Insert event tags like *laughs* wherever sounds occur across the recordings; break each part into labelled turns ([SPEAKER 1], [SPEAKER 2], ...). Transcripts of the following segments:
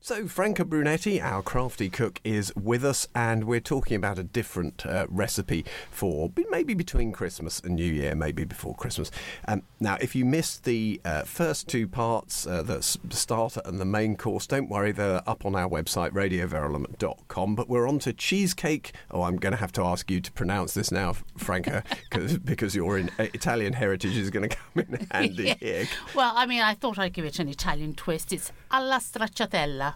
[SPEAKER 1] So, Franca Brunetti, our crafty cook, is with us, and we're talking about a different uh, recipe for b- maybe between Christmas and New Year, maybe before Christmas. Um, now, if you missed the uh, first two parts, uh, the s- starter and the main course, don't worry, they're up on our website, radioverulam.com. But we're on to cheesecake. Oh, I'm going to have to ask you to pronounce this now,
[SPEAKER 2] *laughs*
[SPEAKER 1] Franca, 'cause- because your in, uh, Italian heritage is going to come in
[SPEAKER 2] *laughs*
[SPEAKER 1] handy here.
[SPEAKER 2] Well, I mean, I thought I'd give it an Italian twist. It's alla stracciatella.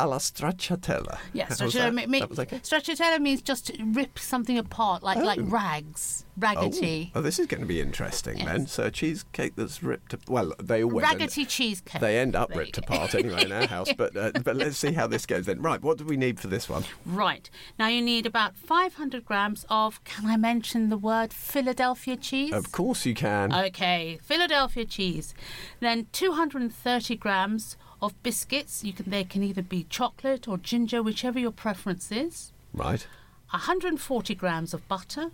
[SPEAKER 1] Alla stracciatella.
[SPEAKER 2] Yeah,
[SPEAKER 1] How was
[SPEAKER 2] stracciatella,
[SPEAKER 1] that?
[SPEAKER 2] me- me-
[SPEAKER 1] That was okay.
[SPEAKER 2] stracciatella means just to rip something apart, like like rags,
[SPEAKER 1] Oh,
[SPEAKER 2] raggedy,
[SPEAKER 1] oh, this is going to be interesting then. So a cheesecake that's ripped. ap- Well, they always
[SPEAKER 2] raggedy
[SPEAKER 1] End,
[SPEAKER 2] cheesecake.
[SPEAKER 1] they end up
[SPEAKER 2] There you
[SPEAKER 1] ripped
[SPEAKER 2] go.
[SPEAKER 1] apart anyway in our
[SPEAKER 2] *laughs*
[SPEAKER 1] house. But uh, but let's see how this goes then. Right, what do we need for this one?
[SPEAKER 2] Right now, you need about 500 grams of. Can I mention the word Philadelphia cheese?
[SPEAKER 1] Of course you can.
[SPEAKER 2] Uh, Okay, Philadelphia cheese. Then 230 grams of biscuits. You can they can either be chocolate or ginger, whichever your preference is.
[SPEAKER 1] right.
[SPEAKER 2] 140 grams of butter,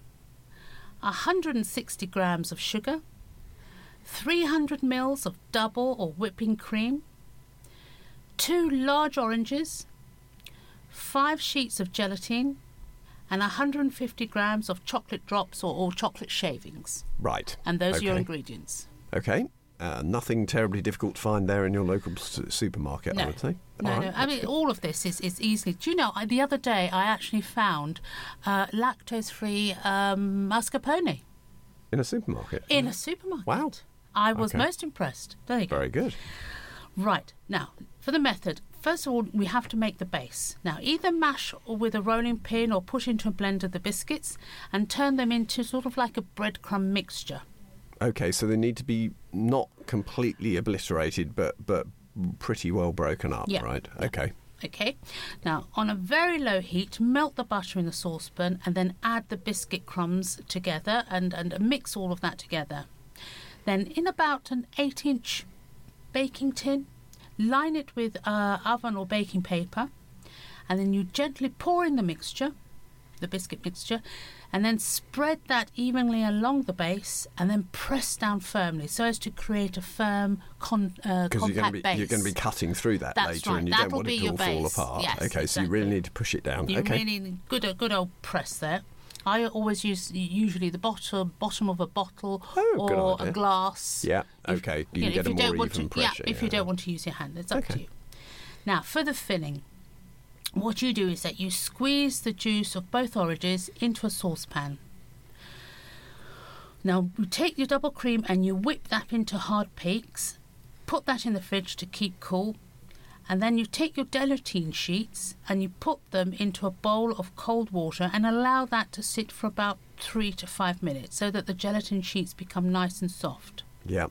[SPEAKER 2] 160 grams of sugar, 300 mils of double or whipping cream, two large oranges, five sheets of gelatine, and 150 grams of chocolate drops or, or chocolate shavings.
[SPEAKER 1] Right.
[SPEAKER 2] And those
[SPEAKER 1] okay.
[SPEAKER 2] are your ingredients.
[SPEAKER 1] Okay. Uh, nothing terribly difficult to find there in your local s- supermarket, I would say.
[SPEAKER 2] No,
[SPEAKER 1] All
[SPEAKER 2] no.
[SPEAKER 1] right.
[SPEAKER 2] I mean, all of this is, is easily. Do you know, I, the other day I actually found uh, lactose free um, mascarpone
[SPEAKER 1] In a supermarket.
[SPEAKER 2] in a supermarket.
[SPEAKER 1] Wow.
[SPEAKER 2] I was
[SPEAKER 1] Okay.
[SPEAKER 2] most impressed. There you go.
[SPEAKER 1] Very good.
[SPEAKER 2] Right. Now, for the method, first of all, we have to make the base. Now, either mash or with a rolling pin or put into a blender the biscuits and turn them into sort of like a breadcrumb mixture.
[SPEAKER 1] Okay, so they need to be not completely obliterated, but but pretty well broken up,
[SPEAKER 2] Yeah.
[SPEAKER 1] right? Okay.
[SPEAKER 2] Okay. Now, on a very low heat, melt the butter in the saucepan and then add the biscuit crumbs together and, and mix all of that together. Then, in about an 8 inch baking tin, line it with uh, oven or baking paper, and then you gently pour in the mixture, the biscuit mixture, and then spread that evenly along the base and then press down firmly so as to create a firm, con- uh,
[SPEAKER 1] Because
[SPEAKER 2] compact
[SPEAKER 1] you're going to be
[SPEAKER 2] base.
[SPEAKER 1] you're going to be cutting through that
[SPEAKER 2] That's
[SPEAKER 1] later,
[SPEAKER 2] right.
[SPEAKER 1] and you don't
[SPEAKER 2] That'll
[SPEAKER 1] want
[SPEAKER 2] be
[SPEAKER 1] it to all
[SPEAKER 2] your
[SPEAKER 1] fall
[SPEAKER 2] base.
[SPEAKER 1] apart.
[SPEAKER 2] Yes,
[SPEAKER 1] okay, so you really
[SPEAKER 2] exactly.
[SPEAKER 1] need to push it down.
[SPEAKER 2] You
[SPEAKER 1] okay,
[SPEAKER 2] really need good a good old press there. I always use usually the bottom bottom of a bottle
[SPEAKER 1] Oh, good
[SPEAKER 2] or
[SPEAKER 1] idea.
[SPEAKER 2] a glass.
[SPEAKER 1] Yeah, okay, you can get
[SPEAKER 2] if
[SPEAKER 1] a
[SPEAKER 2] you
[SPEAKER 1] more
[SPEAKER 2] don't want
[SPEAKER 1] even
[SPEAKER 2] to,
[SPEAKER 1] pressure,
[SPEAKER 2] Yeah, if you
[SPEAKER 1] yeah.
[SPEAKER 2] don't want to use your hand, it's up to
[SPEAKER 1] Okay.
[SPEAKER 2] you. Now for the filling, what you do is that you squeeze the juice of both oranges into a saucepan. Now you take your double cream and you whip that into hard peaks, put that in the fridge to keep cool, and then you take your gelatine sheets and you put them into a bowl of cold water and allow that to sit for about three to five minutes so that the gelatin sheets become nice and soft.
[SPEAKER 1] yeah,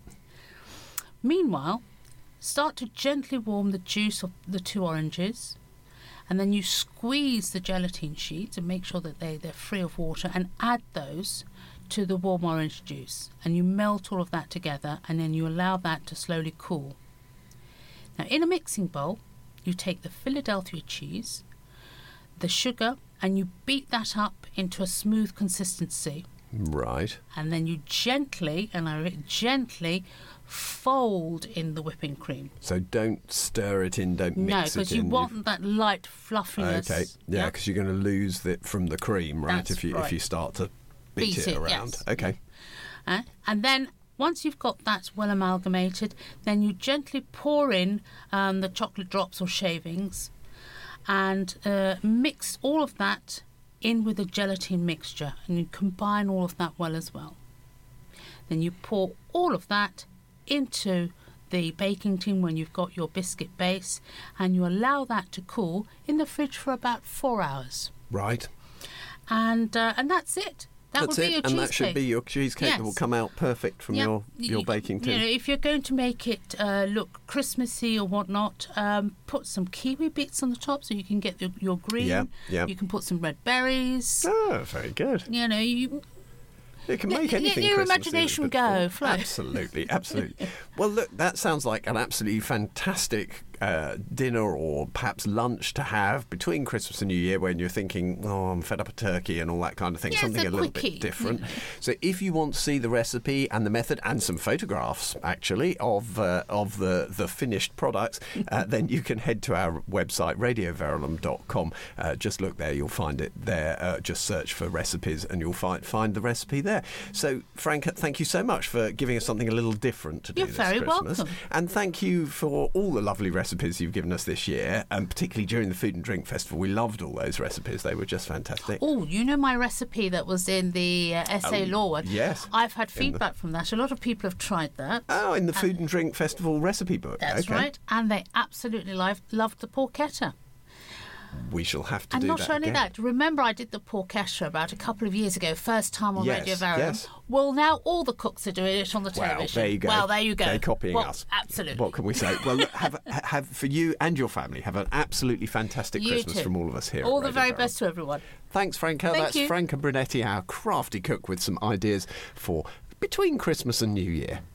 [SPEAKER 2] Meanwhile, start to gently warm the juice of the two oranges and then you squeeze the gelatine sheets and make sure that they, they're free of water and add those to the warm orange juice and you melt all of that together and then you allow that to slowly cool. Now, in a mixing bowl, you take the Philadelphia cheese, the sugar, and you beat that up into a smooth consistency
[SPEAKER 1] right.
[SPEAKER 2] and then you gently and I re- gently fold in the whipping cream.
[SPEAKER 1] So don't stir it in. Don't
[SPEAKER 2] no,
[SPEAKER 1] mix it
[SPEAKER 2] because you
[SPEAKER 1] in.
[SPEAKER 2] want that light fluffiness.
[SPEAKER 1] okay, yeah,
[SPEAKER 2] Yeah.
[SPEAKER 1] because you're going to lose it from the cream, right?
[SPEAKER 2] That's
[SPEAKER 1] if you if
[SPEAKER 2] right.
[SPEAKER 1] you start to beat,
[SPEAKER 2] Beat it,
[SPEAKER 1] around.
[SPEAKER 2] yes.
[SPEAKER 1] Okay,
[SPEAKER 2] Eh? and then once you've got that well amalgamated, then you gently pour in um, the chocolate drops or shavings, and uh, mix all of that in with the gelatin mixture, and you combine all of that well as well. Then you pour all of that into the baking tin when you've got your biscuit base, and you allow that to cool in the fridge for about four hours,
[SPEAKER 1] right.
[SPEAKER 2] and uh, and that's it. That
[SPEAKER 1] That's
[SPEAKER 2] would be your
[SPEAKER 1] it, and that should
[SPEAKER 2] cheesecake.
[SPEAKER 1] be your cheesecake that will
[SPEAKER 2] Yes.
[SPEAKER 1] come out perfect from
[SPEAKER 2] Yeah,
[SPEAKER 1] your
[SPEAKER 2] y-
[SPEAKER 1] your
[SPEAKER 2] y-
[SPEAKER 1] baking tin.
[SPEAKER 2] You know, if you're going to make it uh, look Christmassy or whatnot, um, put some kiwi bits on the top so you can get the, your green.
[SPEAKER 1] Yeah, yeah.
[SPEAKER 2] You can put some red berries.
[SPEAKER 1] Oh, very good.
[SPEAKER 2] You know, you,
[SPEAKER 1] It can
[SPEAKER 2] Let-
[SPEAKER 1] make
[SPEAKER 2] let
[SPEAKER 1] anything.
[SPEAKER 2] your
[SPEAKER 1] Christmassy
[SPEAKER 2] imagination
[SPEAKER 1] with a bit of
[SPEAKER 2] go,
[SPEAKER 1] thought. *laughs*
[SPEAKER 2] Flo.
[SPEAKER 1] Absolutely, absolutely. well, look, that sounds like an absolutely fantastic uh, dinner or perhaps lunch to have between Christmas and New Year when you're thinking, oh, I'm fed up of turkey and all that kind of thing,
[SPEAKER 2] Yeah, it's
[SPEAKER 1] something
[SPEAKER 2] a
[SPEAKER 1] a little
[SPEAKER 2] quickie,
[SPEAKER 1] bit different.
[SPEAKER 2] you know.
[SPEAKER 1] So if you want to see the recipe and the method and some photographs, actually, of uh, of the, the finished products,
[SPEAKER 2] *laughs*
[SPEAKER 1] uh, then you can head to our website, radioverulam.com. Uh, just look there, you'll find it there. Uh, just search for recipes and you'll find, find the recipe there. So, Frank, thank you so much for giving us something a little different to do
[SPEAKER 2] You're
[SPEAKER 1] this
[SPEAKER 2] very
[SPEAKER 1] Christmas.
[SPEAKER 2] welcome.
[SPEAKER 1] And thank you for all the lovely recipes you've given us this year, and particularly during the Food and Drink Festival. We loved all those recipes, they were just fantastic.
[SPEAKER 2] Oh, you know my recipe that was in the uh, essay law one?
[SPEAKER 1] Oh, yes.
[SPEAKER 2] I've had feedback from that. A lot of people have tried that.
[SPEAKER 1] Oh, in the Food and Drink Festival recipe book.
[SPEAKER 2] That's
[SPEAKER 1] okay.
[SPEAKER 2] right. And they absolutely live, loved the porchetta.
[SPEAKER 1] We shall have to
[SPEAKER 2] And
[SPEAKER 1] do
[SPEAKER 2] not
[SPEAKER 1] that.
[SPEAKER 2] only
[SPEAKER 1] again.
[SPEAKER 2] that, remember I did the porchetta about a couple of years ago, first time on
[SPEAKER 1] Yes,
[SPEAKER 2] Radio Verulam.
[SPEAKER 1] yes.
[SPEAKER 2] Well, now all the cooks are doing it on the
[SPEAKER 1] Well,
[SPEAKER 2] television.
[SPEAKER 1] there you go.
[SPEAKER 2] Well, there you go.
[SPEAKER 1] They're copying
[SPEAKER 2] Well,
[SPEAKER 1] us.
[SPEAKER 2] Absolutely.
[SPEAKER 1] What can we say? Well, look, have have for you and your family have an absolutely fantastic
[SPEAKER 2] You
[SPEAKER 1] Christmas
[SPEAKER 2] too.
[SPEAKER 1] from all of us here. at
[SPEAKER 2] All the
[SPEAKER 1] Radio
[SPEAKER 2] very
[SPEAKER 1] Barrow.
[SPEAKER 2] best to everyone.
[SPEAKER 1] Thanks, Franco.
[SPEAKER 2] Thank
[SPEAKER 1] That's
[SPEAKER 2] you.
[SPEAKER 1] Franca Brunetti, our crafty cook, with some ideas for between Christmas and New Year.